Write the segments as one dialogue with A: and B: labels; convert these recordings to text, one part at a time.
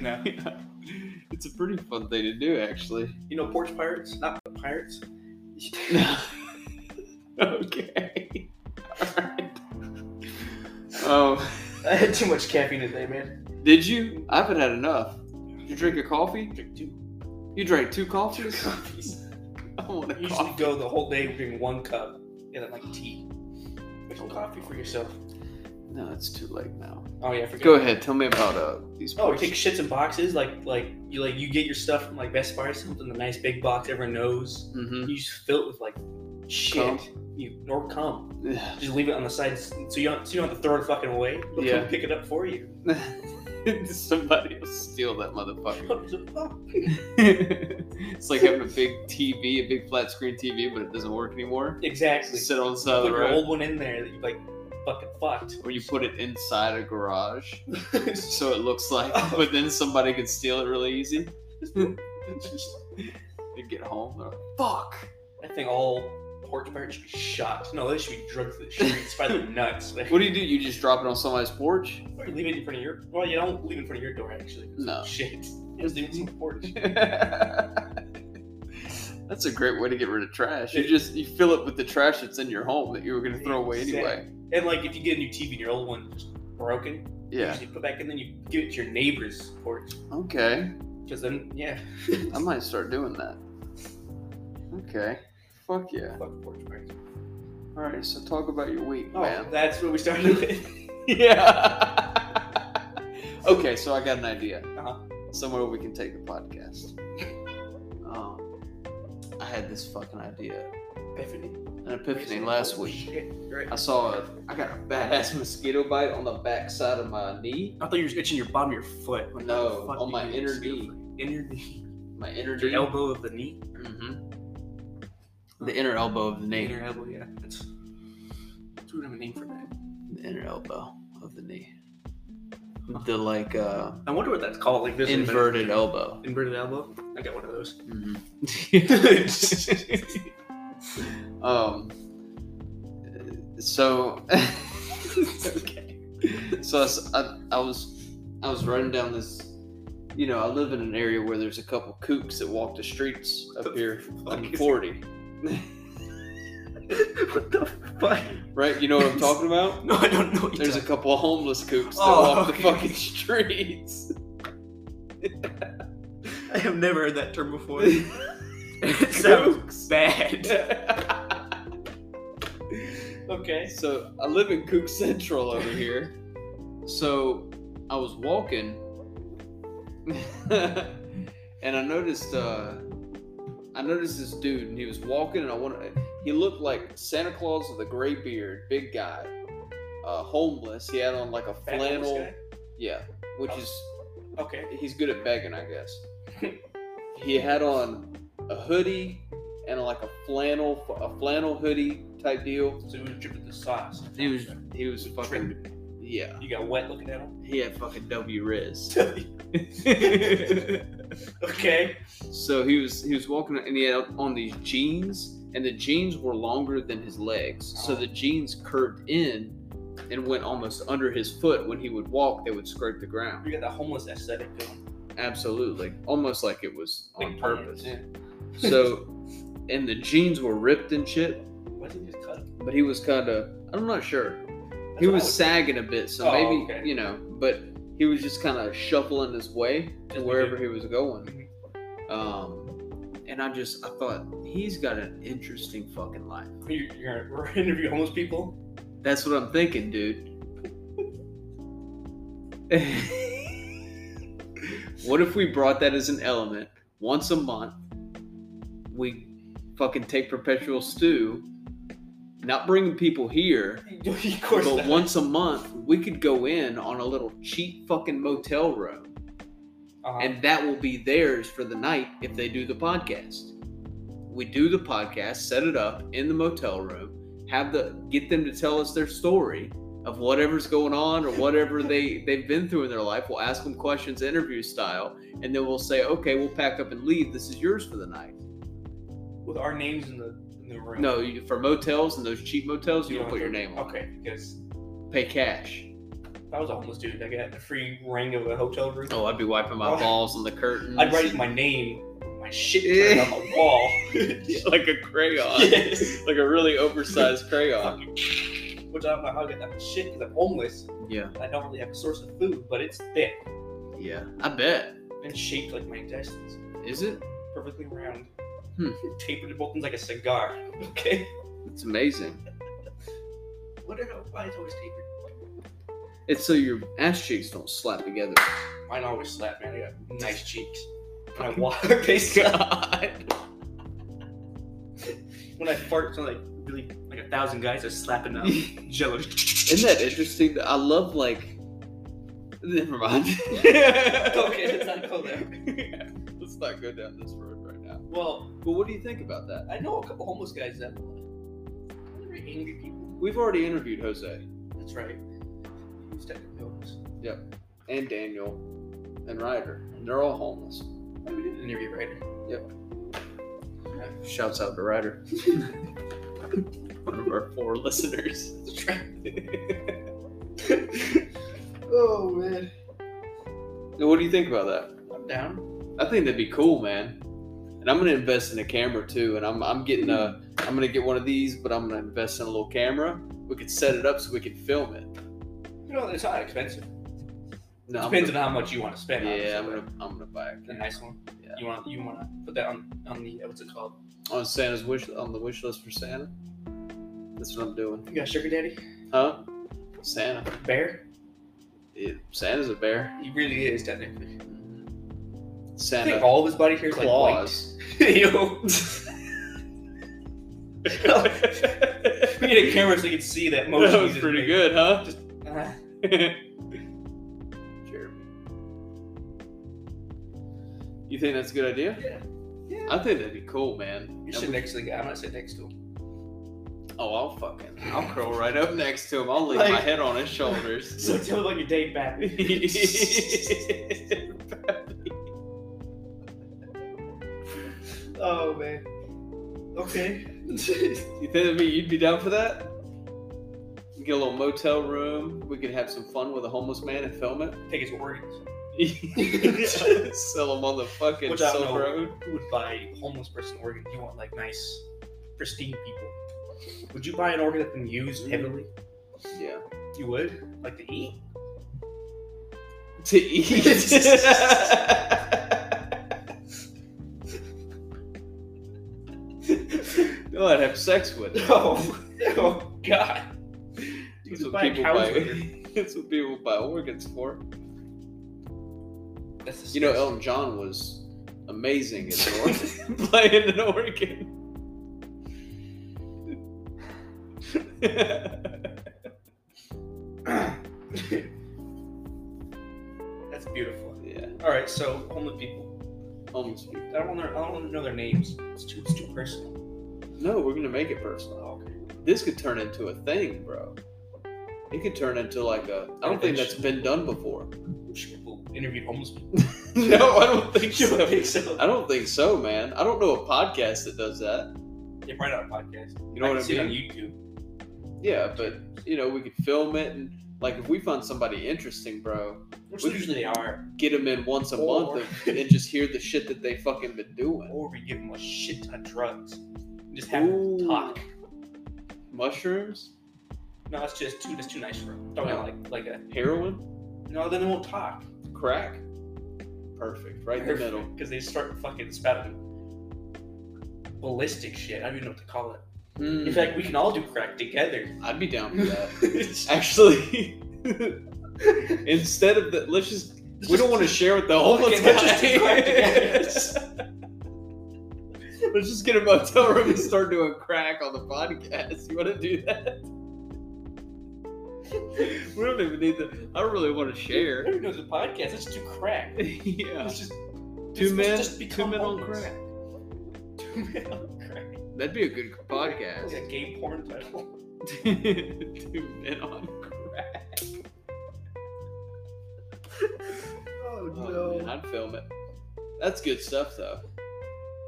A: yeah. It's a pretty fun thing to do, actually.
B: You know, porch pirates, not pirates.
A: okay. All right. Oh,
B: I had too much caffeine today, man.
A: did you? I haven't had enough. Did you drink a coffee?
B: Drink two,
A: You drank two
B: two
A: coffees?
B: coffees.
A: I want
B: I
A: a
B: usually
A: coffee.
B: go the whole day drinking one cup and then like tea. Make some coffee for yourself.
A: No, it's too late now.
B: Oh yeah, I forgot.
A: Go ahead. Tell me about uh these.
B: Oh, you
A: places.
B: take shits in boxes, like like you like you get your stuff from like Best Buy or something, the nice big box everyone knows.
A: Mhm.
B: You just fill it with like shit. You nor cum. Just leave it on the side so you don't so you don't have to throw it fucking away. They'll
A: Yeah.
B: come pick it up for you.
A: Mm-hmm. Somebody will steal that motherfucker.
B: What the fuck?
A: it's like having a big TV, a big flat screen TV, but it doesn't work anymore.
B: Exactly.
A: Sit on the side
B: Put
A: of the
B: your
A: road,
B: old one in there that you like fucking fucked.
A: or you put it inside a garage,
B: Just
A: so it looks like. But then somebody could steal it really easy. they get home, they're like, "Fuck!"
B: I think all porch pirates should be shot. No, they should be drugged to the streets by their nuts. Like,
A: What do you do? You just drop it on somebody's porch?
B: or you leave it in front of your well, you don't leave it in front of your door actually.
A: No.
B: Shit. Just leave it on the porch.
A: That's a great way to get rid of trash. You just you fill it with the trash that's in your home that you were gonna throw away anyway.
B: And like if you get a new TV and your old one just broken, you
A: Yeah.
B: usually put back in then you give it to your neighbor's porch.
A: Okay.
B: Because then yeah,
A: I might start doing that. Okay. Fuck yeah.
B: fuck porch pirates.
A: All right. So talk about your week,
B: Oh,
A: Oh, man.
B: that's what we started with.
A: yeah. okay. So I got an idea.
B: Uh-huh.
A: Somewhere we can take the podcast. Um, I had this fucking idea,
B: Epiphany.
A: an epiphany last
B: Holy
A: week.
B: Shit. You're right.
A: I saw a, I got a badass mosquito bite on the back side of my knee,
B: I thought you were itching your bottom of your foot. Like,
A: No,
B: how the fuck do
A: on
B: you
A: my
B: get
A: inner
B: mosquito
A: knee.
B: bite? Inner knee.
A: my inner
B: Your
A: knee.
B: elbow of the knee.
A: Mhm. The inner elbow of the knee.
B: Inner elbow, yeah. That's that's what I'm gonna name for that.
A: The inner elbow of the knee. The like uh,
B: I wonder what that's called. Like this
A: inverted elbow.
B: Inverted elbow. I got one of those.
A: Mm-hmm. Mhm. um. So. okay. So I, s- I- I was I was running down this. You know, I live in an area where there's a couple kooks that walk the streets up here.
B: What
A: I'm
B: the fuck?
A: 40.
B: is- what the fuck?
A: Right? You know what I'm talking about?
B: No, I don't know. What
A: There's a couple of homeless kooks that
B: Oh,
A: walk
B: okay.
A: the fucking streets.
B: a... I have never heard that term before. it
A: Kooks.
B: bad. Okay.
A: so I live in Kook Central over here. So I was walking and I noticed uh I noticed this dude and he was walking and I wanted he looked like Santa Claus with a gray beard, big guy, uh homeless. He had on like a
B: Fat homeless
A: flannel Yeah. Which is
B: guy? Okay.
A: he's good at begging, I guess. he had on a hoodie and like a flannel, a flannel hoodie type deal.
B: So we dripping the sauce.
A: He was, he was fucking,
B: Drip.
A: yeah.
B: You got wet looking at him.
A: He had fucking W Riz.
B: Okay.
A: so he was, he was walking, and he had on these jeans, and the jeans were longer than his legs. So the jeans curved in and went almost under his foot. When he would walk, they would scrape the ground.
B: You got that homeless aesthetic going.
A: Absolutely, almost like it was on
B: Like,
A: purpose.
B: yeah.
A: So, and the jeans were ripped and shit,
B: Why did he just cut?
A: but he was kind of, I'm not sure.
B: That's
A: He
B: what I
A: was
B: would-
A: sagging a bit, so
B: Oh,
A: maybe,
B: okay.
A: you know, but he was just kind of shuffling his way to
B: As we
A: wherever
B: do.
A: he was going. Um, and I just, I thought, he's got an interesting fucking life.
B: You're, you're gonna we're interviewing homeless people.
A: That's what I'm thinking, dude. what if we brought that as an element once a month? We fucking take perpetual stew, not bringing people here,
B: of course
A: but
B: not.
A: once a month we could go in on a little cheap fucking motel room,
B: Uh-huh.
A: and that will be theirs for the night if they do the podcast. We do the podcast, set it up in the motel room, have the get them to tell us their story of whatever's going on or whatever they they've been through in their life. We'll ask them questions, interview style, and then we'll say, "Okay, we'll pack up and leave. This is yours for the night."
B: with our names in the in the room.
A: No, you, for motels and those cheap motels, you,
B: You
A: don't
B: don't
A: put your
B: put-
A: name on.
B: Okay, because
A: Pay cash.
B: if I was a homeless dude, I got the free ring of a hotel room.
A: Oh, I'd be wiping my
B: Oh.
A: balls on the curtains.
B: I'd write my name, my shit turned on the wall.
A: like a crayon,
B: yes.
A: like a really oversized crayon.
B: Which I don't know how I get that shit because I'm homeless.
A: Yeah,
B: I don't really have a source of food, but it's thick
A: yeah. I bet.
B: and shaped like my intestines,
A: Is it?
B: perfectly round,
A: Hmm.
B: tapered to both ends like a cigar. Okay.
A: It's amazing.
B: What are why is it always tapered?
A: It's so your ass cheeks don't slap together.
B: Mine always slap, man. I got nice cheeks. When I walk, they slap.
A: God.
B: When I fart, so like really like a thousand guys are slapping up jello.
A: Isn't that interesting? that I love like. Never mind.
B: Okay, let's not go there.
A: Let's not go down this road right now.
B: Well,
A: But what do you think about that?
B: I know a couple homeless guys that uh, they're very angry people.
A: We've already interviewed Jose
B: That's right. Who's that? Homeless.
A: and Daniel and Ryder, and they're all homeless.
B: Oh, we did interview right.
A: Shouts out to Ryder, one of our four listeners.
B: oh man,
A: Now, what do you think about that?
B: I'm down.
A: I think that'd be cool, man. And I'm gonna invest in a camera too. And I'm I'm getting a I'm gonna get one of these, but I'm gonna invest in a little camera. We could set it up so we can film it.
B: You know, it's not expensive.
A: No, I'm
B: Depends
A: gonna-
B: on how much you want to spend.
A: yeah, I'm
B: obviously,
A: gonna I'm gonna buy a
B: but a
A: camera.
B: nice one.
A: Yeah.
B: You want you want to put that on on the uh, what's it called?
A: on Santa's wish on the wish list for Santa. That's what I'm doing,
B: You got sugar daddy
A: huh? Santa.
B: bear.
A: Yeah, Santa's a bear.
B: He really is technically. I think
A: Santa
B: all of his body hair is like white.
A: claws.
B: Yo. we need a camera so you can see that motion.
A: that
B: you
A: was
B: just
A: pretty
B: made.
A: good, huh?
B: Uh,
A: Jeremy. You think that's a good idea?
B: yeah.
A: I think that'd be cool, man.
B: You
A: And
B: sit
A: we-
B: next to the guy. I'm gonna sit next to him.
A: oh, I'll fucking, I'll curl right up next to him. I'll leave my
B: Like-
A: head on his shoulders.
B: So tell him about your date back. oh man. Okay.
A: You think that'd be, you'd be down for that? We Get a little motel room. We could have some fun with a homeless man and film it.
B: Take his organs.
A: Sell him on the fucking
B: Which I don't
A: Silk
B: know.
A: Road.
B: Who would buy a homeless person organ? You want like nice, pristine people. Would you buy an organ that's been used heavily?
A: Yeah.
B: Mm-hmm. You would? Like to eat?
A: to eat. no, I'd have sex with it.
B: No. oh God. You
A: That's
B: could
A: what
B: buy a
A: people
B: cow's
A: buy.
B: liver.
A: That's what people buy organs for.
B: That's
A: You know, Elton John was amazing at an organ, playing an organ.
B: disgusting. that's beautiful.
A: yeah,
B: All right, so homeless people.
A: homeless people.
B: I don't want to. I don't want to know their names. It's too. It's too personal.
A: No, we're gonna make it personal.
B: Okay.
A: This could turn into a thing, bro. It could turn into like a. I don't think that's been done before.
B: People interviewed homeless people.
A: no, I don't think
B: You
A: so.
B: don't think so?
A: I don't think so, man. I don't know a podcast that does that.
B: Yeah, probably not a podcast.
A: You know
B: I
A: what
B: can
A: I
B: see it
A: mean? Yeah, but you know, we could film it and like if we find somebody interesting, bro,
B: on YouTube, which usually they are.
A: get them in once a
B: Or-
A: month and, and just hear the shit that they fucking been doing.
B: Or we give them a shit ton of drugs. And just have them
A: Ooh.
B: talk.
A: Mushrooms,
B: No, it's just too. That's too nice for them. Talking
A: No.
B: like like a.
A: heroin,
B: No, then they won't talk.
A: crack. Perfect, right in the middle.
B: Because they start fucking spouting ballistic shit. I don't even know what to call it. In
A: Mm,
B: fact, we can all do crack together.
A: I'd be down for that. Actually, instead of the, let's just we don't want to share with the homeless
B: Okay,
A: guy.
B: let's just do crack
A: Let's just get a motel room and start doing crack on the podcast. You want to do that? We don't even need the. I don't really want to share.
B: Everyone knows the podcast. Let's do crack.
A: yeah,
B: Let's just
A: Two
B: let's- let's
A: men-
B: just
A: two
B: become
A: men on
B: homeless.
A: crack.
B: Two men on crack.
A: that'd be a good
B: It's like
A: podcast.
B: a gay porn title.
A: Two men on crack.
B: Oh
A: Oh, man, I'd film it. That's good stuff, though.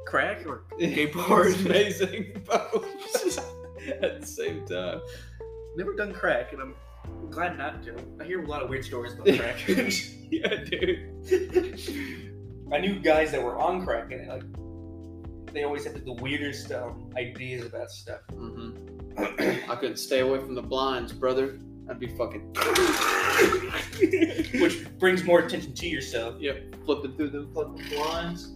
B: Crack or
A: Gay
B: porn.
A: amazing both at the same time.
B: never done crack, and I'm glad not to. I hear a lot of weird stories about crack. yeah, dude. I knew guys that were on crack, and like they always had the weirdest um, ideas about stuff.
A: hmm I couldn't stay away from the blinds, brother. I'd be fucking
B: Which brings more attention to yourself.
A: flipping through them fucking blinds,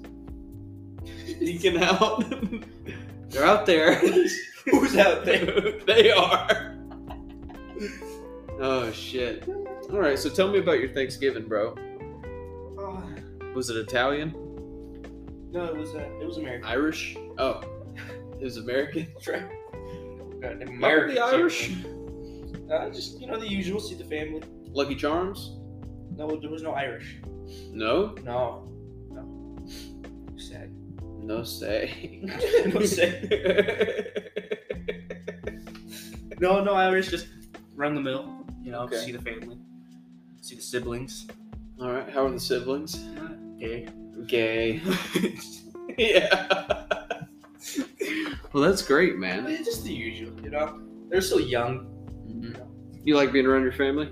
A: sneaking out. They're out there.
B: Who's out there?
A: they are. Oh shit! All right, so tell me about your Thanksgiving, bro.
B: Oh,
A: Was it Italian,
B: no, it was uh, it was American.
A: Irish? Oh, it was American.
B: That's right. God,
A: Remember
B: American.
A: the Irish?
B: Uh, just you know the usual. See the family.
A: Lucky Charms?
B: No, there was no Irish.
A: No,
B: No, no. Sad.
A: no say.
B: No No, no Irish. Just run the mill. You know,
A: Okay.
B: see the family, see the siblings.
A: All right, how are the siblings?
B: Gay.
A: Gay. yeah. well, that's great, man.
B: It's just the usual. You know, they're still young. Mm-hmm.
A: You like being around your family?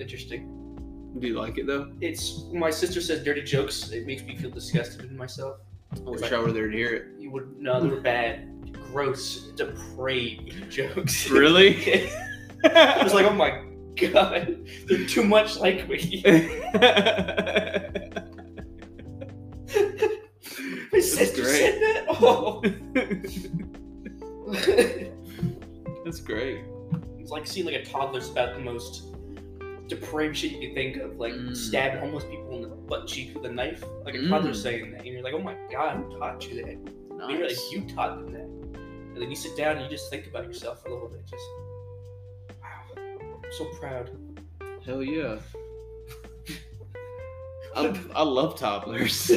B: Interesting.
A: Do you like it though?
B: It's my sister says dirty jokes. It makes me feel disgusted in myself.
A: I wish
B: like-
A: I were there to hear it.
B: You would no, they were bad, gross, depraved jokes.
A: Really?
B: I was like, oh my god, they're too much like me. My sister
A: great.
B: said that. Oh. it's
A: that's great.
B: like seeing like a toddler spout the most depraved shit you could think of, like
A: Mm.
B: stab homeless people in the butt cheek with a knife. Like a
A: Mm.
B: toddler saying that, and you're like, oh my god, who taught you that? And you're like,
A: Nice.
B: you taught them that. And then you sit down and you just think about yourself a little bit. Just wow, I'm so proud.
A: Hell yeah. I, I love toddlers.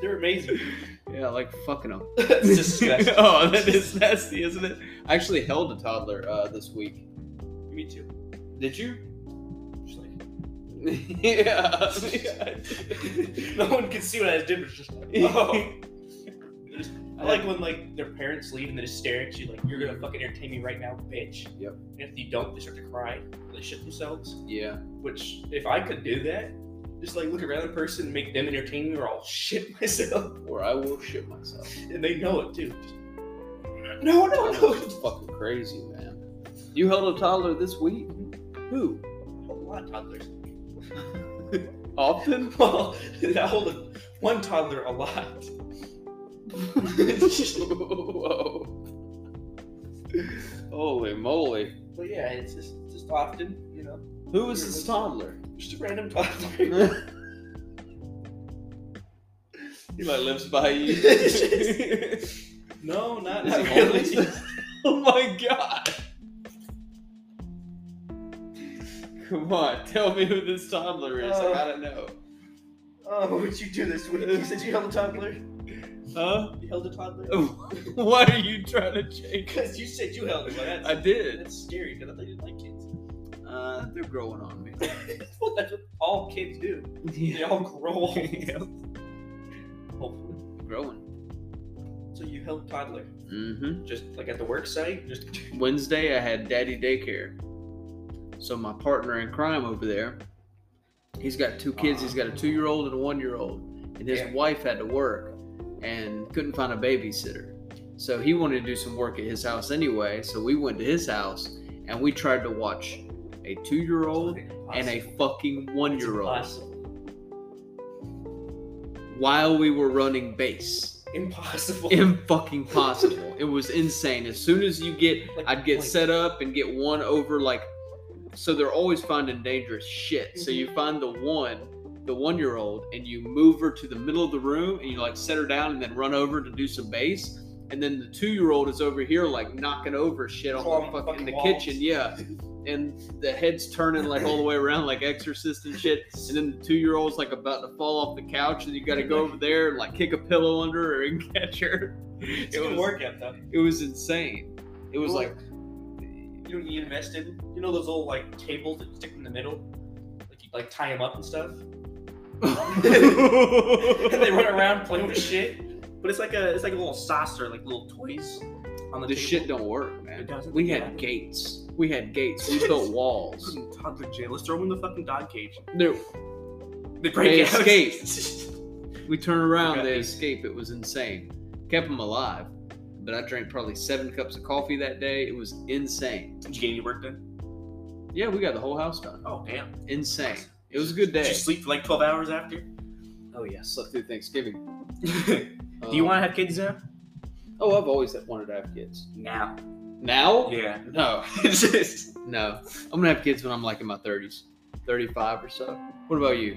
B: They're amazing.
A: yeah, I like fucking them.
B: it's disgusting.
A: oh, that is nasty, isn't it? I actually held a toddler uh, this week.
B: Me too.
A: Did you?
B: Just like,
A: yeah.
B: no one could see what I did, but it's just like, oh. I like when like their parents leave and they just stare at you like you're gonna fucking entertain me right now, bitch.
A: Yep.
B: And if you don't, they start to cry. They shit themselves.
A: yeah.
B: Which if I could do that, just like look around the person and make them entertain me or I'll shit myself.
A: Or I will shit myself.
B: And they know it too. Just, no, no,
A: That's
B: no.
A: fucking crazy, man. You held a toddler this week? Who?
B: A lot of toddlers.
A: Often?
B: Well, I hold a, one toddler a lot.
A: Whoa. Holy moly.
B: But yeah, it's just just often, you know,
A: Who is this toddler?
B: just a random toddler.
A: he like lives by you. is
B: no, not,
A: he
B: not
A: homeless?
B: really.
A: oh my god. Come on, tell me who this toddler is. I
B: Uh.
A: gotta know.
B: Oh, what would you do this week? You said you held a toddler.
A: Huh?
B: You held a toddler.
A: Oh. what are you trying to change?
B: Because you said you held one. That's,
A: I did.
B: that's scary because I thought you didn't like kids.
A: Uh, they're growing on me.
B: well, that's what all kids do. They all grow old. Hopefully.
A: Growing.
B: So you held a toddler.
A: Mm-hmm.
B: Just like at the work site? Just
A: Wednesday, I had daddy daycare. So my partner in crime over there, he's got two kids. He's got a two-year-old and a one-year-old, and his
B: Yeah.
A: wife had to work and couldn't find a babysitter. So he wanted to do some work at his house anyway. So we went to his house and we tried to watch a two-year-old and a fucking one-year-old
B: Impossible.
A: while we were running base.
B: Impossible.
A: in fucking possible. It was insane. As soon as you get,
B: Like,
A: I'd get
B: like-
A: set up and get one over like. So they're always finding dangerous shit. So
B: Mhm.
A: you find the one, the one year old, and you move her to the middle of the room and you like set her down and then run over to do some bass. And then the two year old is over here like knocking over shit on
B: Along
A: the fucking, in
B: fucking
A: the
B: walls.
A: kitchen. Yeah. And the head's turning like all the way around like exorcist and shit. And then the two year old's like about to fall off the couch, and you got to go over there and like kick a pillow under her and catch her.
B: It's
A: it
B: a good
A: was-
B: workout though.
A: It was insane. It was like,
B: You know what you invest in? You know those old like tables that you stick in the middle? Like you like tie them up and stuff? and they run around playing with shit. But it's like a it's like a little saucer, like little toys on on the
A: This
B: table.
A: shit don't work,
C: It
A: man.
C: doesn't.
A: We
C: Yeah.
A: had gates. We had gates. We built walls.
C: Fucking Todd's a jail. Let's throw him in the fucking dog cage.
A: No,
C: They break
A: They
C: out.
A: we turn around. They
C: Right.
A: escape. It was insane. Kept them alive. But I drank probably seven cups of coffee that day. It was insane.
C: Did you get any work done?
A: Yeah, we got the whole house done.
C: Oh damn.
A: Insane. It was a good
C: Did
A: day.
C: you sleep for like twelve hours after?
A: Oh yeah, slept through Thanksgiving.
C: Do you
A: Um,
C: want to have kids now?
A: Oh, I've always wanted to have kids.
C: Now.
A: Now?
C: Yeah.
A: No,
C: It's just-
A: no. I'm gonna have kids when I'm like in my 30s, 35 or so. What about you?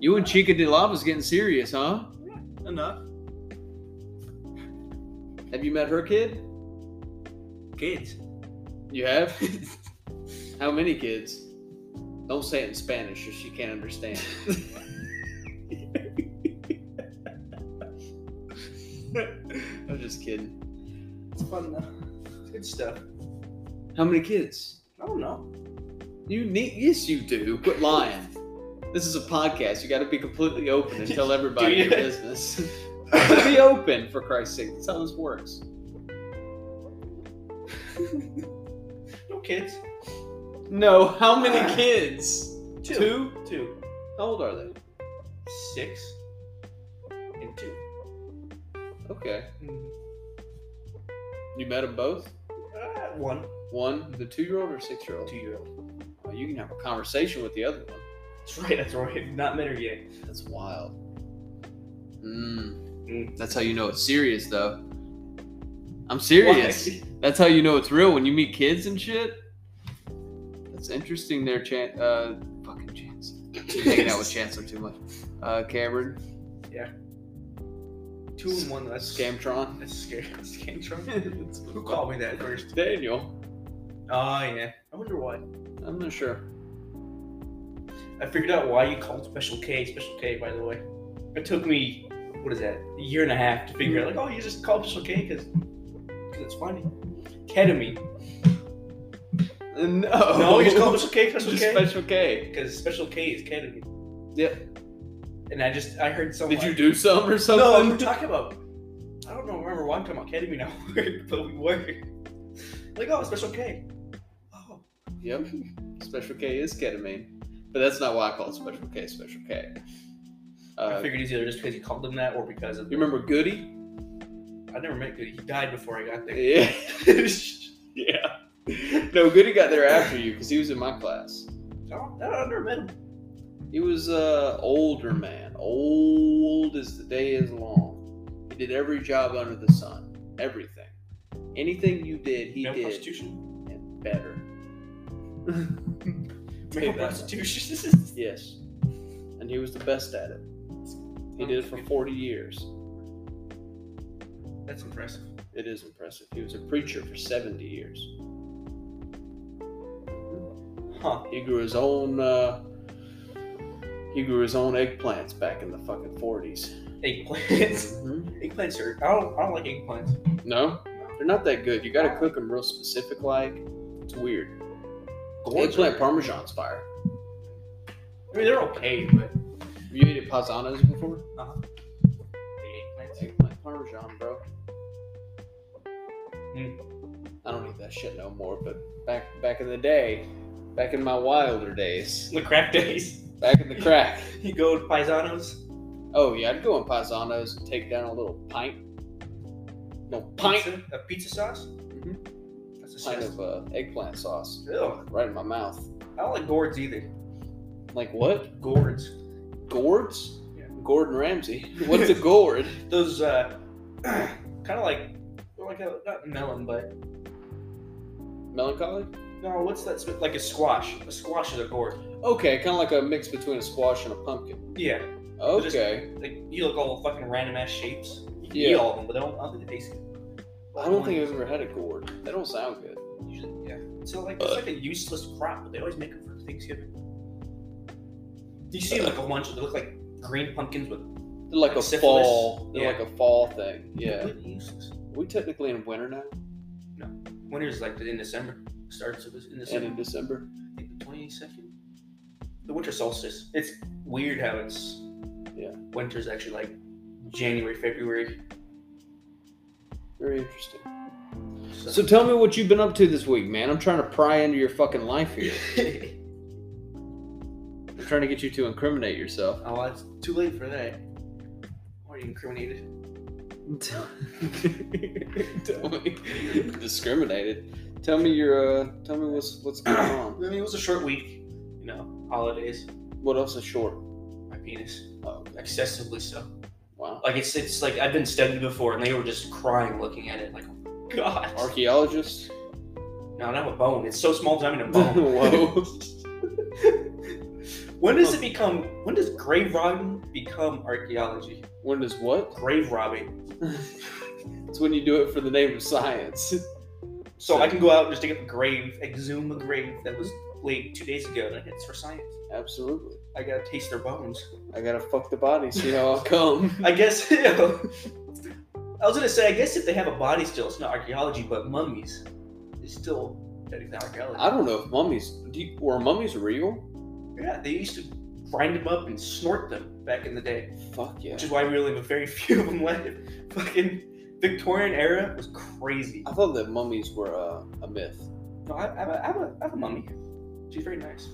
A: You and Chica de Lava's getting serious, huh?
C: enough
A: Have you met her kid?
C: kids.
A: You have? How many kids? Don't say it in Spanish or she can't understand. I'm just kidding.
B: It's fun though. It's good stuff.
A: How many kids?
B: I don't know.
A: You need yes you do. Quit lying. This is a podcast. You gotta be completely open and tell everybody
B: Do
A: your
B: you?
A: business. be open for Christ's sake. That's how this works.
B: No kids.
A: No, how many kids?
B: Two. Two.
A: How old are they?
B: Six. And two.
A: Okay. You met them both?
B: Uh, one.
A: One, the two year old or six year old?
B: Two year old.
A: Well, you can have a conversation with the other one.
B: That's right. That's right. Not met her yet.
A: That's wild. Mm.
B: Mm.
A: That's how you know it's serious, though. I'm serious. That's how you know it's real when you meet kids and shit. That's interesting. There, Chan. Uh, fucking Chance. You're hanging out with Chancellor too much. Uh, Cameron,
B: Why? Two and one. That's
A: Scamtron,
B: That's scary. Scamtron. Who called me that first?
A: Daniel.
B: Oh yeah. I wonder why.
A: I'm not sure.
B: I figured out why you called Special K Special K. By the way, it took me what is that a year and a half to figure out. Like, oh, you just called Special K because it's funny. Ketamine.
A: No.
B: Uh, No, you Oh. just called Special K Special
A: Just
B: K
A: Special K.
B: because Special K is ketamine.
A: Yep.
B: And I just I heard someone.
A: Did you do some
B: Oh No, we
A: or
B: were
A: something?
B: talking about. I don't know. Remember why I'm talking about ketamine now, but we were like, oh, Special K. Oh,
A: Yep. Special K is ketamine, but that's not why I call it Special K. Special K.
B: I
A: Uh,
B: figured it's either just because you called him that or because of
A: you remember Goody?
B: I never met Goody. He died before I got there.
A: Yeah. yeah. No, Goody got there after you because he was in my class.
B: I don't, I don't remember him.
A: He was a older man, old as the day is long. He did every job under the sun, everything, anything you did, he
B: Male
A: did,
B: prostitution.
A: and better.
B: Male
A: Payback.
B: prostitution.
A: Yes. And he was the best at it. He did it for 40 years.
B: That's impressive.
A: It is impressive. He was a preacher for 70 years.
B: Huh.
A: He grew his own uh he grew his own eggplants back in the fucking 40s.
B: Eggplants. Eggplants are. I don't, I don't like eggplants.
A: No? They're not that good. You got to cook them real specific like. It's weird.
B: Gourds
A: Eggplant
B: are-
A: parmesan's fire.
B: I mean, they're okay, but.
A: Have you ate at Pazano's before?
B: Eggplants?
A: Eggplant parmesan, bro.
B: Hmm.
A: I don't eat that shit no more, but back back in the day, back in my wilder days,
B: The crap days.
A: back in the crack.
B: You go to Paisanos.
A: Oh yeah, I'd go in Paisanos and take down a little pint, little pint,
B: Pizza, a pizza sauce?
A: Mhm.
B: That's
A: pint
B: disgusting.
A: of uh, eggplant sauce
B: Ew.
A: right in my mouth.
B: I don't like gourds either.
A: Like what?
B: Gourds.
A: Gourds?
B: Yeah.
A: Gordon Ramsay. What's a gourd?
B: Those, uh, kind of like, like a, not melon, but
A: Melancholy?
B: No, what's that? sp- Like a squash. A squash is a gourd.
A: Okay, kind of like a mix between a squash and a pumpkin.
B: Yeah. just-
A: Okay.
B: Like you look all the fucking random ass shapes. You can eat
A: Yeah.
B: all of them, but I don't, I don't think they taste good.
A: I don't think I've ever had a gourd. They don't sound good.
B: Usually, yeah. So like it's like a useless crop, but they always make them for Thanksgiving. You see like a bunch. They look like green pumpkins, but
A: They're like
B: Like
A: a
B: syphilis?
A: fall. They're
B: Yeah.
A: like a fall thing. Yeah.
B: completely useless.
A: We technically in winter now,
B: Winter's like in December. Starts with- in
A: and
B: December.
A: in December.
B: I think the twenty second. The winter solstice. It's weird how it's.
A: Yeah.
B: Winter's actually like January, February.
A: Very interesting. So tell me what you've been up to this week, man. I'm trying to pry into your fucking life here. I'm trying to get you to incriminate yourself.
B: oh, well, it's too late for that. Already incriminated.
A: tell me, discriminated. Tell me your. Uh, tell me what's what's going
B: I
A: on.
B: mean, it was a short week. You know, holidays.
A: What else is short?
B: My penis,
A: Oh,
B: excessively so.
A: wow.
B: Like it's it's like I've been studied before, and they were just crying looking at it, like, oh, God.
A: Archaeologists.
B: No, not a bone. It's so small that I'm in a bone.
A: Whoa.
B: When does it become? When does grave robbing become archaeology?
A: When is what?
B: Grave robbing.
A: It's when you do it for the name of science.
B: So I can go out and just dig up a grave, exhume a grave that was laid two days ago, and it's for science.
A: Absolutely.
B: I gotta taste their bones.
A: I gotta fuck the body, see how I'll come.
B: I guess. You know, I was gonna say, I guess if they have a body still, it's not archaeology, but mummies. It's still that is not archaeology.
A: I don't know if mummies. Do you, were mummies real?
B: yeah, they used to grind them up and snort them back in the day.
A: Fuck yeah.
B: which is why we really have very few of them left. Fucking Victorian era was crazy.
A: I thought that mummies were uh, a myth.
B: No, I, I, have a, I, have a, I have a mummy. She's very nice.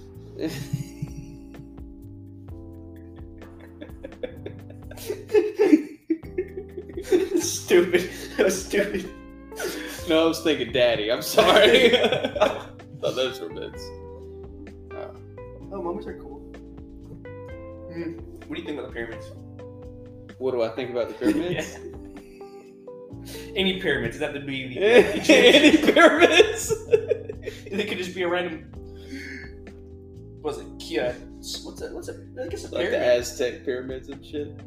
B: stupid. That was stupid.
A: no, I was thinking daddy. I'm sorry. I thought those were myths.
B: Oh, mummies are cool. Hmm. What do you think about the pyramids?
A: What do I think about the pyramids?
B: Any pyramids? Does that have to be
A: Any
B: the?
A: pyramids?
B: it could just be a random. What was it? Kia. What's it? What's it? I guess a
A: like
B: pyramid.
A: the Aztec pyramids and shit.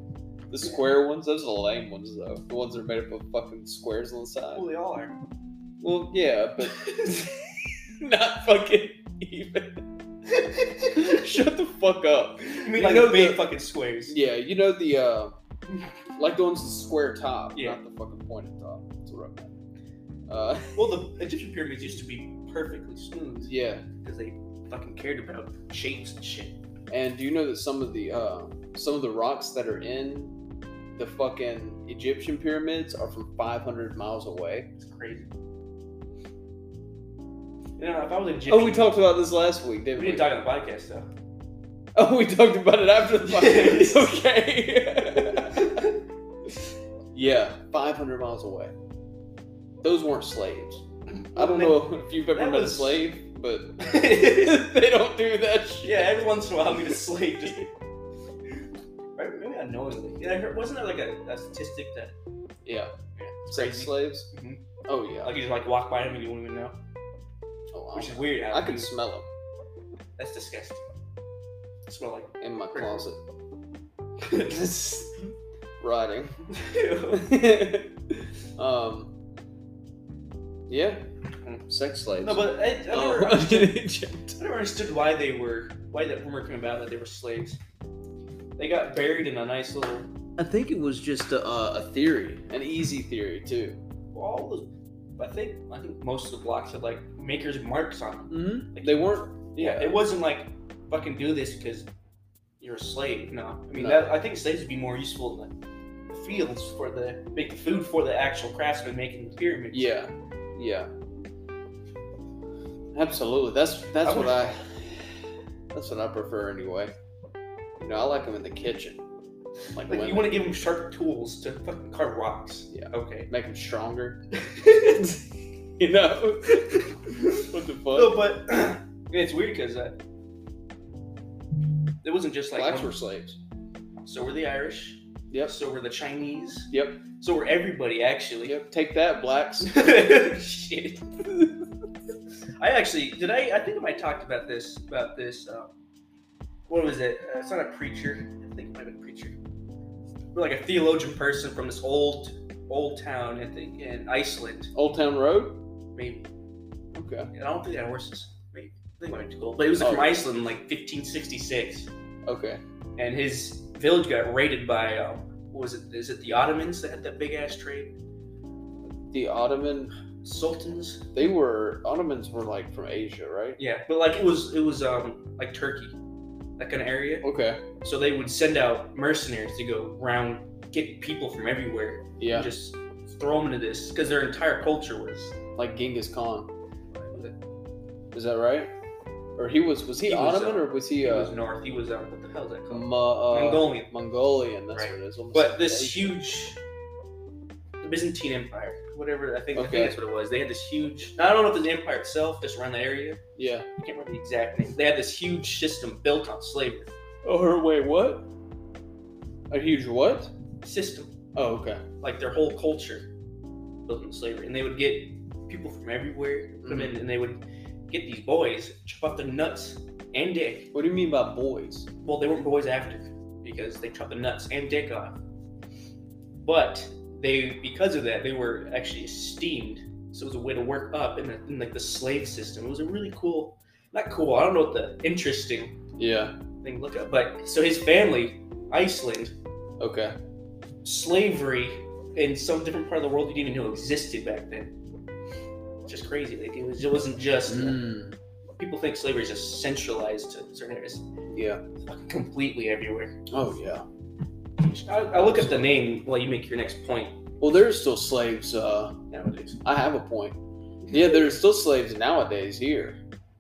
A: The square ones, those are the lame ones though. The ones that are made up of fucking squares on the side.
B: Well, they all are.
A: Well, yeah, but not fucking even. Shut the fuck up.
B: You mean
A: You
B: like
A: know
B: big
A: the-
B: fucking squares?
A: Yeah, you know the uh, like the ones with the square top,
B: Yeah.
A: not the fucking pointed top. That's what I meant. Uh,
B: Well, the Egyptian pyramids used to be perfectly smooth
A: yeah,
B: because they fucking cared about shapes and shit.
A: and do you know that some of the uh, some of the rocks that are in the fucking Egyptian pyramids are from 500 miles away?
B: It's crazy. You know, if I was Egyptian,
A: Oh, we talked about this last week,
B: we
A: didn't we?
B: didn't talk on the podcast though.
A: Oh, we talked about it after the
B: Yes.
A: podcast. okay. yeah, 500 miles away. Those weren't slaves. I don't know if you've ever
B: That
A: met
B: was-
A: a slave, but they don't do that shit.
B: yeah, every once in a while I'm gonna sleep. Just right, maybe unknowingly. Yeah, I heard, wasn't there like a, a statistic that
A: Yeah.
B: yeah, it's
A: Sex
B: crazy?
A: slaves?
B: Mhm.
A: Oh, yeah.
B: Like you just like walk by them and you won't even know,
A: oh, I,
B: which is weird.
A: I can smell
B: That's disgusting. I smell like.
A: them in my closet. Rotting.
B: Ew.
A: um, yeah. Sex slaves.
B: No, but I, I never,
A: oh.
B: understood, I never understood why they were, why that rumor came about that they were slaves. They got buried in a nice little,
A: I think it was just a, uh, a theory, an easy theory too.
B: all the, I think, I think most of the blocks had like maker's marks on them.
A: Mm-hmm.
B: Like,
A: They weren't. Yeah.
B: It wasn't like fucking do this because you're a slave. No, I mean,
A: No.
B: That, I think slaves would be more useful in the, the fields for the make the food for the actual craftsmen making the pyramids.
A: yeah. Yeah. Absolutely. That's that's
B: I
A: what
B: would-
A: I. That's what I prefer anyway. You know, I like them in the kitchen. Like,
B: Like you
A: women.
B: want to give them sharp tools to fucking carve rocks.
A: Yeah.
B: Okay.
A: make them stronger. you know. what the fuck?
B: No, but it's weird because uh, it wasn't just like um,
A: Blacks
B: one-
A: were slaves.
B: so were the Irish.
A: Yep.
B: So were the Chinese.
A: Yep.
B: So were everybody actually.
A: Yep. Take that, blacks.
B: Shit. I actually did. I I think I might talked about this about this. Um, what was it? Uh, it's not a preacher. I think it might have been a preacher. But like a theologian person from this old old town, I think, in Iceland,
A: Old Town Road.
B: maybe.
A: Okay.
B: And I don't think they had horses. Wait, I think it might be gold. But it was from
A: Oh.
B: Iceland in like 1566.
A: Okay.
B: And his village got raided by, um, what was it? Is it the Ottomans that had that big ass trade?
A: The Ottoman.
B: Sultans?
A: They were Ottomans were like from Asia, right?
B: Yeah, but like it was, it was um like Turkey, that kind of area.
A: Okay.
B: So they would send out mercenaries to go round, get people from everywhere,
A: Yeah.
B: and just throw them into this because their entire culture was
A: like Genghis Khan. Is that right? Or he was was he,
B: He was,
A: Ottoman
B: uh,
A: or was he,
B: He
A: uh,
B: was north. He was um, what the hell is that called?
A: Mo- uh,
B: Mongolian.
A: Mongolian? That's
B: Right.
A: what it is. almost
B: But
A: like
B: this
A: Asian.
B: huge, the Byzantine Empire, whatever I think, I
A: Okay.
B: think that's what it was. They had this huge. I don't know if it's the empire itself, just around the area.
A: yeah.
B: I can't remember the exact name. They had this huge system built on slavery.
A: Oh wait, what? A huge what?
B: System,
A: Oh okay.
B: like their whole culture, built on slavery, and they would get people from everywhere, put them in, and they would get these boys, chop off their nuts and dick.
A: What do you mean by boys?
B: Well, they weren't boys after because they chopped the nuts and dick off. But they, because of that, they were actually esteemed. So it was a way to work up in, the, in like the slave system. It was a really cool, not cool. I don't know what the interesting
A: Yeah.
B: thing to look up. But so his family, Iceland,
A: Okay.
B: slavery in some different part of the world you didn't even know existed back then. It's just crazy. Like it, was, it wasn't just
A: Mm.
B: people think slavery is just centralized to certain areas.
A: Yeah.
B: It's fucking completely everywhere.
A: Oh yeah.
B: I, I look at the name while you make your next point
A: Well, there's still slaves. Uh,
B: nowadays.
A: I have a point. Yeah, there's still slaves nowadays here.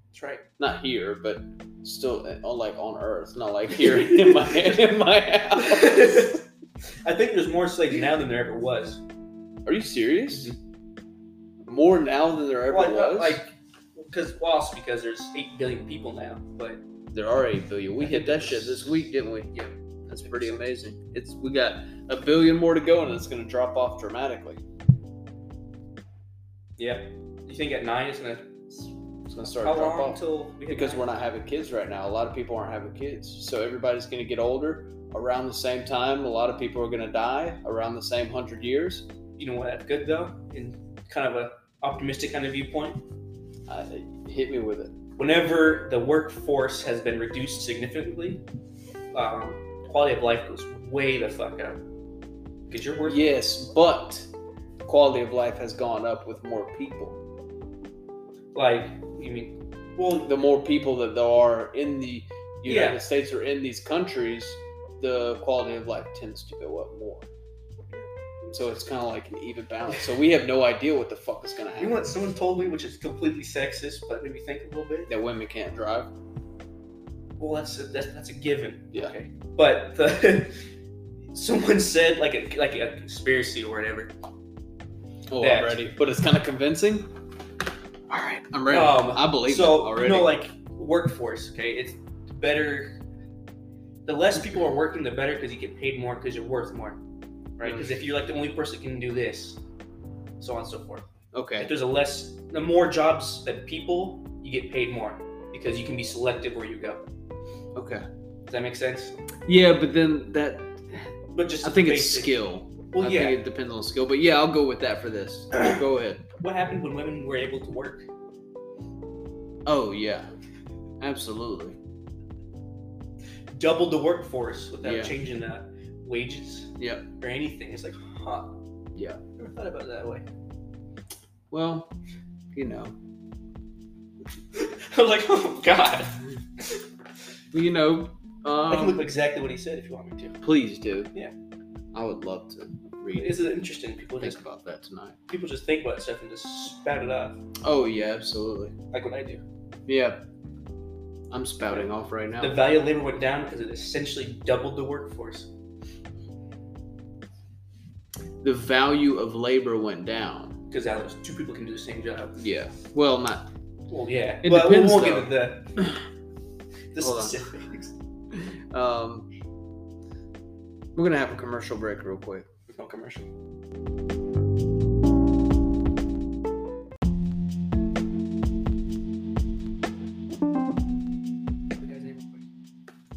B: That's right.
A: Not here, but still uh, on like on Earth. Not like here in my in my house.
B: I think there's more slaves now than there ever was.
A: Are you serious? More now than there ever
B: Well, not
A: was.
B: like, because lost because there's eight billion people now, but
A: There are eight billion. We hit that shit this week, didn't we?
B: Yeah.
A: That's pretty amazing. It's we got a billion more to go, and it's going to drop off dramatically.
B: yeah, you think at nine it's gonna
A: It's going to start
B: how
A: to drop
B: long
A: off
B: until we hit
A: because
B: nine?
A: we're not having kids right now. A lot of people aren't having kids, so everybody's going to get older around the same time. A lot of people are going to die around the same hundred years.
B: You know what? That's good though, in kind of a optimistic kind of viewpoint.
A: Uh, hit me with it.
B: Whenever the workforce has been reduced significantly, um, quality of life goes way the fuck up. Because you're working.
A: Yes, but quality of life has gone up with more people.
B: Like you mean? Well,
A: The more people that there are in the
B: Yeah.
A: United States or in these countries, the quality of life tends to go up more. So it's kind of like an even balance. So we have no idea what the fuck is going to
B: You
A: happen.
B: know what someone told me, which is completely sexist, but made me think a little bit.
A: that women can't drive.
B: Well, that's a, that's, that's a given.
A: Yeah.
B: Okay. But the, someone said like a like a conspiracy or whatever.
A: Oh,
B: That-
A: I'm ready. But it's kind of convincing. All right, I'm ready.
B: Um,
A: I believe it
B: so
A: already.
B: you know, like workforce. Okay, it's better. The less people are working, the better because you get paid more because you're worth more, right?
A: Mm.
B: Because if you're like the only person that can do this, so on and so forth. If
A: okay.
B: there's a less, the more jobs that people, you get paid more because you can be selective where you go.
A: Okay.
B: Does that make sense?
A: Yeah, but then that
B: But just
A: I think it's
B: basic-
A: skill.
B: Well,
A: I
B: yeah.
A: think it depends on skill. But yeah, I'll go with that for this. go ahead.
B: What happened when women were able to work?
A: Oh yeah, absolutely.
B: Doubled the workforce without
A: Yeah.
B: changing the wages
A: Yep.
B: or anything. It's like, huh?
A: Yeah.
B: Never thought about it that way.
A: Well, you know,
B: I was like, oh god.
A: you know.
B: I can look
A: Um,
B: up exactly what he said if you want me to.
A: please do.
B: Yeah.
A: I would love to read.
B: It's interesting. People
A: Think
B: just
A: about that tonight.
B: people just think about stuff and just spout it off,
A: Oh yeah, absolutely.
B: like what I do.
A: Yeah. I'm spouting off right now.
B: The value of labor went down because it essentially doubled the workforce.
A: the value of labor went down.
B: Because now there's two people can do the same job.
A: Yeah. Well, not.
B: Well, yeah.
A: It
B: but
A: depends,
B: we won't
A: though.
B: get into the, the
A: Hold on.
B: specifics.
A: Um, we're gonna have a commercial break real quick.
B: No commercial.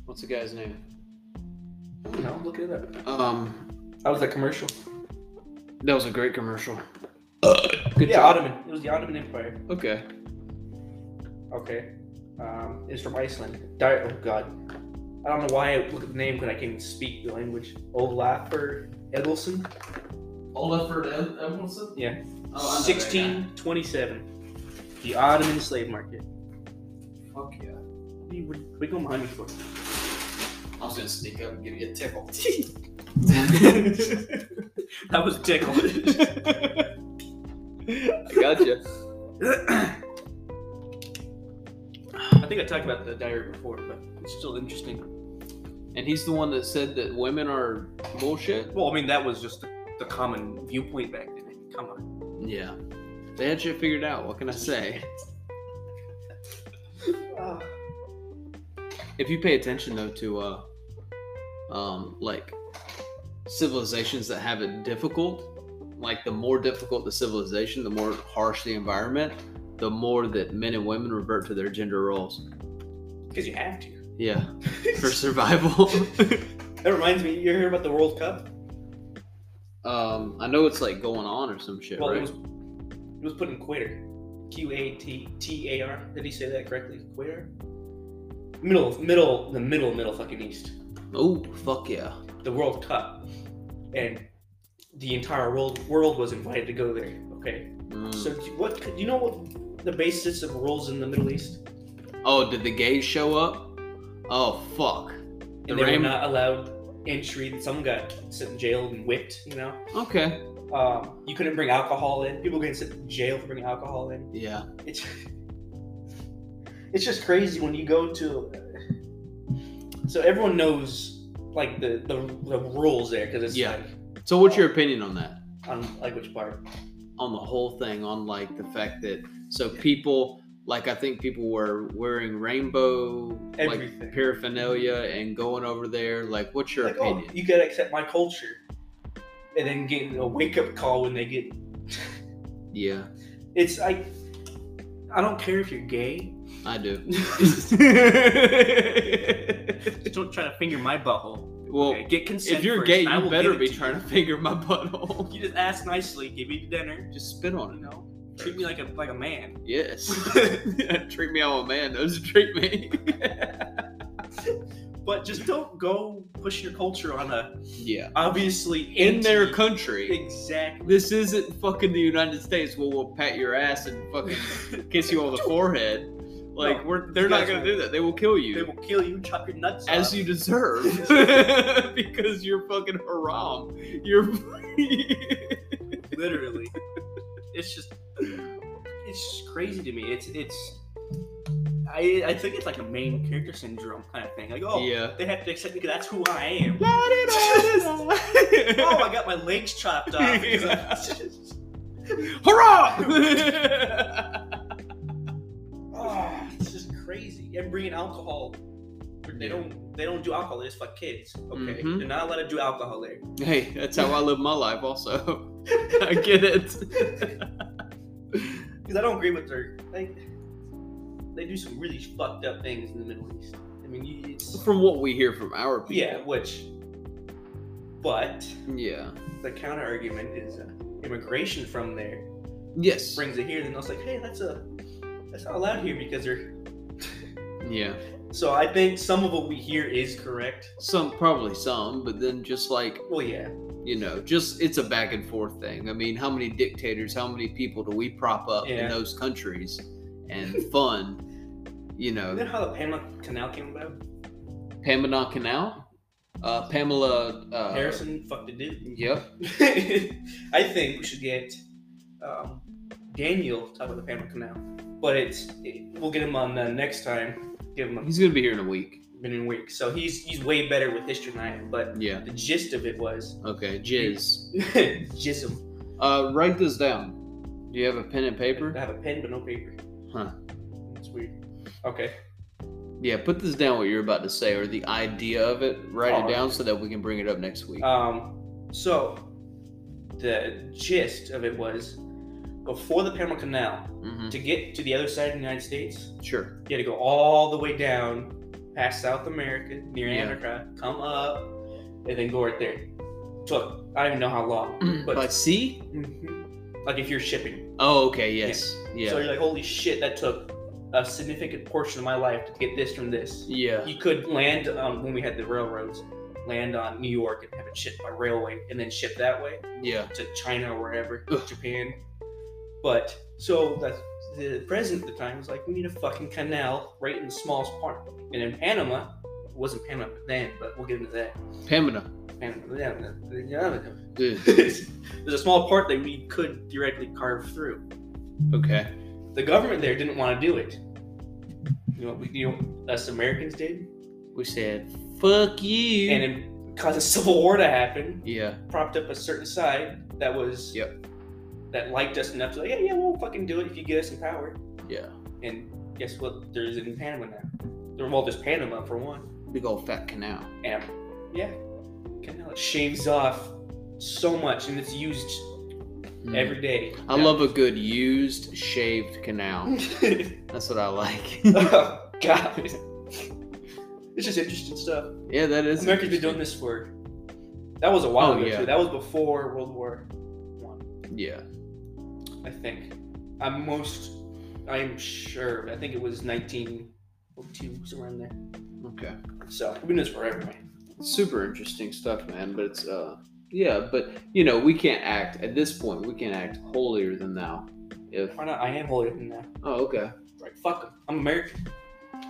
A: What's the guy's name?
B: No, look it up.
A: Um,
B: That was that commercial.
A: that was a great commercial.
B: Good
A: Good
B: yeah,
A: job.
B: Ottoman. It was the Ottoman Empire.
A: Okay.
B: Okay. Um, it's from Iceland. Di- oh God, I don't know why I look at the name because I can't even speak the language. Olafur Edelson.
A: Olafur Edmondson.
B: Yeah. 1627. The Ottoman slave market.
A: Fuck yeah.
B: What are you- what are you going behind me for?
A: I was gonna sneak up and give you a tickle.
B: that was tickled.
A: I gotcha.
C: I think I talked about the diary before, but it's still interesting.
A: And he's the one that said that women are bullshit.
C: Well, I mean, that was just the, the common viewpoint back then. I mean, Come on.
A: Yeah, they had shit figured out. What can I say?
B: Ah.
A: If you pay attention though to, uh, um, like civilizations that have it difficult, like the more difficult the civilization, the more harsh the environment, the more that men and women revert to their gender roles.
B: Because you have to.
A: Yeah, for survival.
B: That reminds me, you hear about the World Cup?
A: um, I know it's like going on or some shit,
B: Well,
A: right?
B: it was it was put in Quater. Q A T T A R. Did he say that correctly? Quater. Middle, middle, the middle, middle fucking east.
A: oh fuck yeah!
B: The World Cup, and the entire world world was invited to go there. Okay.
A: Mm.
B: So do- what could- you know what the basis of rules in the Middle East?
A: Oh, did the gays show up? Oh fuck. The
B: And they were
A: Ram-
B: not allowed entry. Some got sent in jail and whipped. You know.
A: Okay.
B: Um, you couldn't bring alcohol in. People getting sent in jail for bringing alcohol in.
A: Yeah.
B: it's it's just crazy when you go to so everyone knows like the the, the rules there because it's
A: Yeah.
B: like
A: So what's your opinion on that?
B: on like which part
A: On the whole thing, on like the fact that so people like I think people were wearing rainbow
B: Everything.
A: like paraphernalia and going over there. Like what's your
B: like, oh,
A: opinion?
B: you gotta accept my culture and then getting a wake up call when they get
A: Yeah,
B: it's like
C: I don't care if you're gay.
A: I do.
C: Just don't try to finger my butthole.
A: Well
C: okay? Get consent.
A: if you're
C: first.
A: gay,
C: I
A: you
C: will
A: better
C: give it
A: be
C: to you.
A: trying to finger my butthole.
C: You just ask nicely. Give me dinner.
A: Just spit
C: You
A: on it.
C: know, treat me like a like a man.
A: Yes. treat me all a man, those treat me.
C: But just don't go push your culture on a
A: yeah.
C: obviously
A: In their
C: anti-
A: country.
C: Exactly.
A: This isn't fucking the United States where we'll pat your ass and fucking kiss you on the forehead. Like
C: No,
A: we're they're not
C: guys
A: gonna
C: will-
A: do that. They will kill
C: They
A: you
C: will kill you, chop your nuts
A: as
C: off.
A: you deserve because you're fucking haram. You're
C: literally. It's just, it's just crazy to me. It's it's. I, I think it's like a main character syndrome kind of thing. Like, oh,
A: yeah.
C: they have to accept me because that's who I am. oh,
A: oh,
C: I got my legs chopped off. because I'm-
A: haram!
B: oh, it's just crazy and bringing alcohol they don't they don't do alcohol they just fuck kids okay
A: Mhm.
B: they're not allowed to do alcohol there
A: hey, that's how I live my life. Also, I get it.
B: Because I don't agree with their like they do some really fucked up things in the Middle East. I mean, you- it's
A: From what we hear from our people,
B: yeah, which. But
A: yeah,
B: the counter argument is uh, immigration from there
A: yes,
B: brings it here. Then I was like, hey, that's a that's not allowed here because they're.
A: yeah.
B: So I think some of what we hear is correct.
A: some probably some but then just like
B: Well, yeah,
A: you know just it's a back and forth thing i mean how many dictators how many people do we prop up in
B: Yeah.
A: those countries and fund you
B: and
A: know
B: then how the Panama Canal came about.
A: pamela canal uh pamela uh
B: Harrison fucked a dude.
A: yep
B: I think we should get um, Daniel to talk about the Panama Canal, but it's it, we'll get him on uh, next time. Give him a
A: he's gonna be here in a week
B: been in a week, so he's he's way better with history than I am. But
A: yeah
B: the gist of it was
A: okay jizz
B: jism.
A: uh write this down do you have a pen and
B: I
A: paper
B: have a pen but no paper.
A: Huh.
B: That's weird. Okay.
A: yeah put this down what you're about to say or the idea of it write
B: Alright.
A: it down so that we can bring it up next week
B: Um. So the gist of it was before the Panama Canal
A: hmm
B: to get to the other side of the United States.
A: sure
B: You had to go all the way down past South America, near
A: Yeah.
B: Antarctica, come up, and then go right there. Took I don't even know how long,
A: Mm, but,
B: but
A: see
B: Mhm. like if you're shipping,
A: oh okay yes yeah
B: so you're like, holy shit, that took a significant portion of my life to get this from this.
A: Yeah.
B: You could land um, when we had the railroads, land on New York and have it shipped by railway, and then ship that way
A: Yeah.
B: to China or wherever,
A: Ugh.
B: Japan. But so the, the president at the time was like, we need a fucking canal right in the smallest part. And in Panama, it wasn't Panama then, but we'll get into that.
A: Pamela.
B: And yeah, yeah,
C: There's a small part that we could directly carve through.
A: okay.
B: the government there didn't want to do it. You know, what we, you know, us Americans did,
A: We said, fuck you.
B: and it caused a civil war to happen.
A: yeah.
B: Propped up a certain side that was
A: Yep.
B: that liked us enough to like, yeah, yeah, we'll fucking do it if you get us in power.
A: Yeah.
B: And guess what? There's in Panama now. There- Well, there's Panama for one,
A: Big old fat canal.
B: and yeah, canal it shaves off so much, and it's used
A: Mm.
B: every day.
A: I love a good used shaved canal.
B: it.
A: That's what I like.
B: oh God, it's just interesting stuff.
A: yeah, that is.
B: America's been doing this for that was a while
A: Oh,
B: ago
A: yeah.
B: too. That was before World War One,
A: interesting. Yeah.
B: I think. I'm most I'm sure. I think it was nineteen oh two, somewhere in there.
A: Okay.
B: So we've been doing this forever, man.
A: super interesting stuff man but it's uh yeah but you know we can't act at this point we can't act holier than thou if
B: Why not? I am holier than now.
A: oh okay
B: Right? Fuck 'em. I'm American. That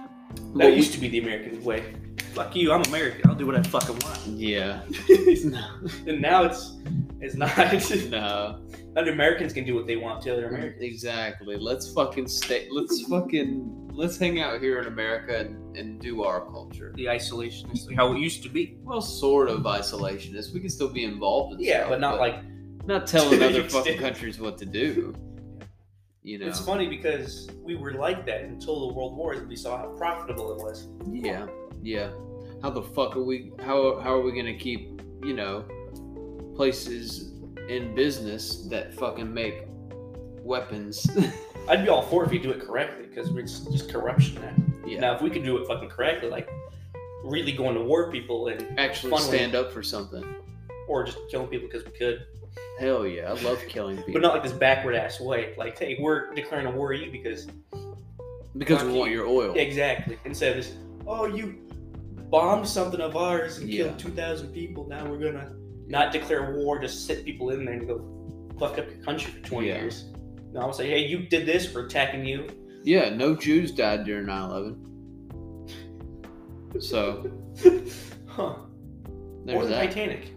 A: But we-
B: used to be the American way,
C: Fuck you, I'm American. I'll do what I fucking want.
A: yeah no
B: and now it's it's not.
A: no
B: not Americans can do what they want to other Americans.
A: exactly let's fucking stay let's fucking let's hang out here in america and, and do our culture
C: The isolationist, like how it used to be.
A: well sort of isolationist we can still be involved in
B: Yeah,
A: stuff,
B: but not like
A: not telling
B: to
A: other
B: the
A: fucking
B: extent.
A: countries what to do you know
B: it's funny because we were like that until the World Wars, and we saw how profitable it was.
A: Yeah, yeah. How the fuck are we? How how are we gonna keep you know places in business that fucking make weapons?
B: I'd be all for it if you do it correctly, because it's just corruption now.
A: yeah,
B: Now, if we could do it fucking correctly, like really going to war people and
A: actually
B: fun
A: stand up for something.
B: or just killing people because we could,
A: Hell yeah, I love killing people
B: but not like this backward ass way. Like, hey, we're declaring a war on you because
A: because we
B: Fuck
A: want
B: you.
A: your oil.
B: exactly instead of this, oh, you bombed something of ours and
A: Yeah.
B: killed two thousand people. Now we're gonna not declare war, just sit people in there and go fuck up your country for twenty
A: Yeah.
B: years. No, I'll say, hey, you did this. We're attacking you.
A: Yeah, no Jews died during 9/11. So
B: huh?
A: there's
B: or the
A: that.
B: Titanic.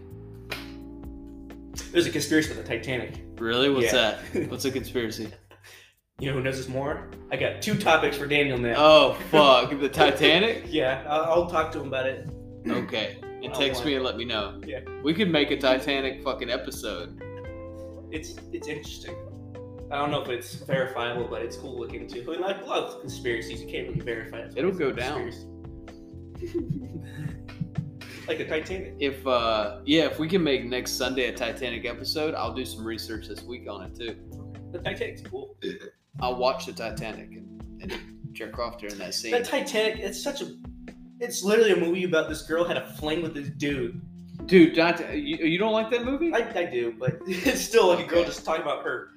B: There's a conspiracy with the Titanic.
A: Really, what's
B: Yeah.
A: that? What's a conspiracy?
B: You know who knows this more? I got two topics for Daniel now.
A: Oh fuck, the Titanic.
B: yeah, I'll, I'll talk to him about it.
A: Okay. And
B: I
A: text
B: want-
A: me and let me know.
B: Oh, Yeah.
A: We could make a Titanic fucking episode.
B: It's it's interesting. I don't know if it's verifiable, but it's cool looking too. I mean, like a lot of conspiracies, you can't really verify it.
A: It'll
B: It's a
A: go down.
B: conspiracy. like the Titanic.
A: If uh yeah, if we can make next Sunday a Titanic episode, I'll do some research this week on it too.
B: The Titanic's cool.
A: I'll watch the Titanic and, and jerk off during that
B: The
A: scene.
B: Titanic, it's such a. It's literally a movie about this girl had a fling with this dude.
A: Dude, Dante, you, you don't like that movie?
B: I, I do, but it's still like a girl
A: Okay.
B: just talking about her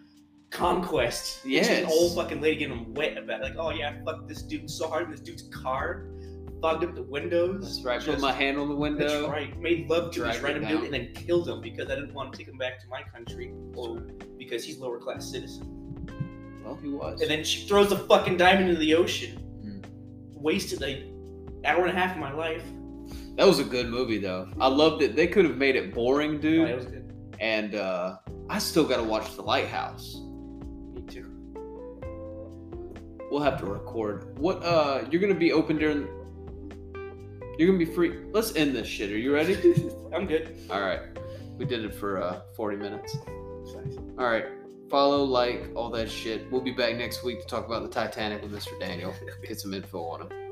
B: conquest. And She's an
A: Yes.
B: old fucking lady getting wet about it. Like, oh yeah, I fucked this dude so hard in this dude's car. Fogged up the windows.
A: That's right. Put
B: Just-
A: my hand on the window.
B: That's right. Made love to
A: Dragged
B: this
A: him
B: random dude
A: down.
B: and then killed him because I didn't want to take him back to my country or because he's lower class citizen.
A: Well, he was.
B: And then she throws the fucking diamond into the ocean.
A: Mm.
B: Wasted like hour and a half of my life.
A: that was a good movie though. I loved it. They could have made it boring,
B: Oh,
A: dude.
B: that was good.
A: and uh I still got to watch The Lighthouse.
B: Me too.
A: We'll have to record. What uh you're gonna be open during You're gonna be free. Let's end this shit. Are you ready?
B: I'm good.
A: Alright. We did it for uh forty minutes. Alright. Follow, like, all that shit. We'll be back next week to talk about the Titanic with Mr. Daniel. Get some info on him.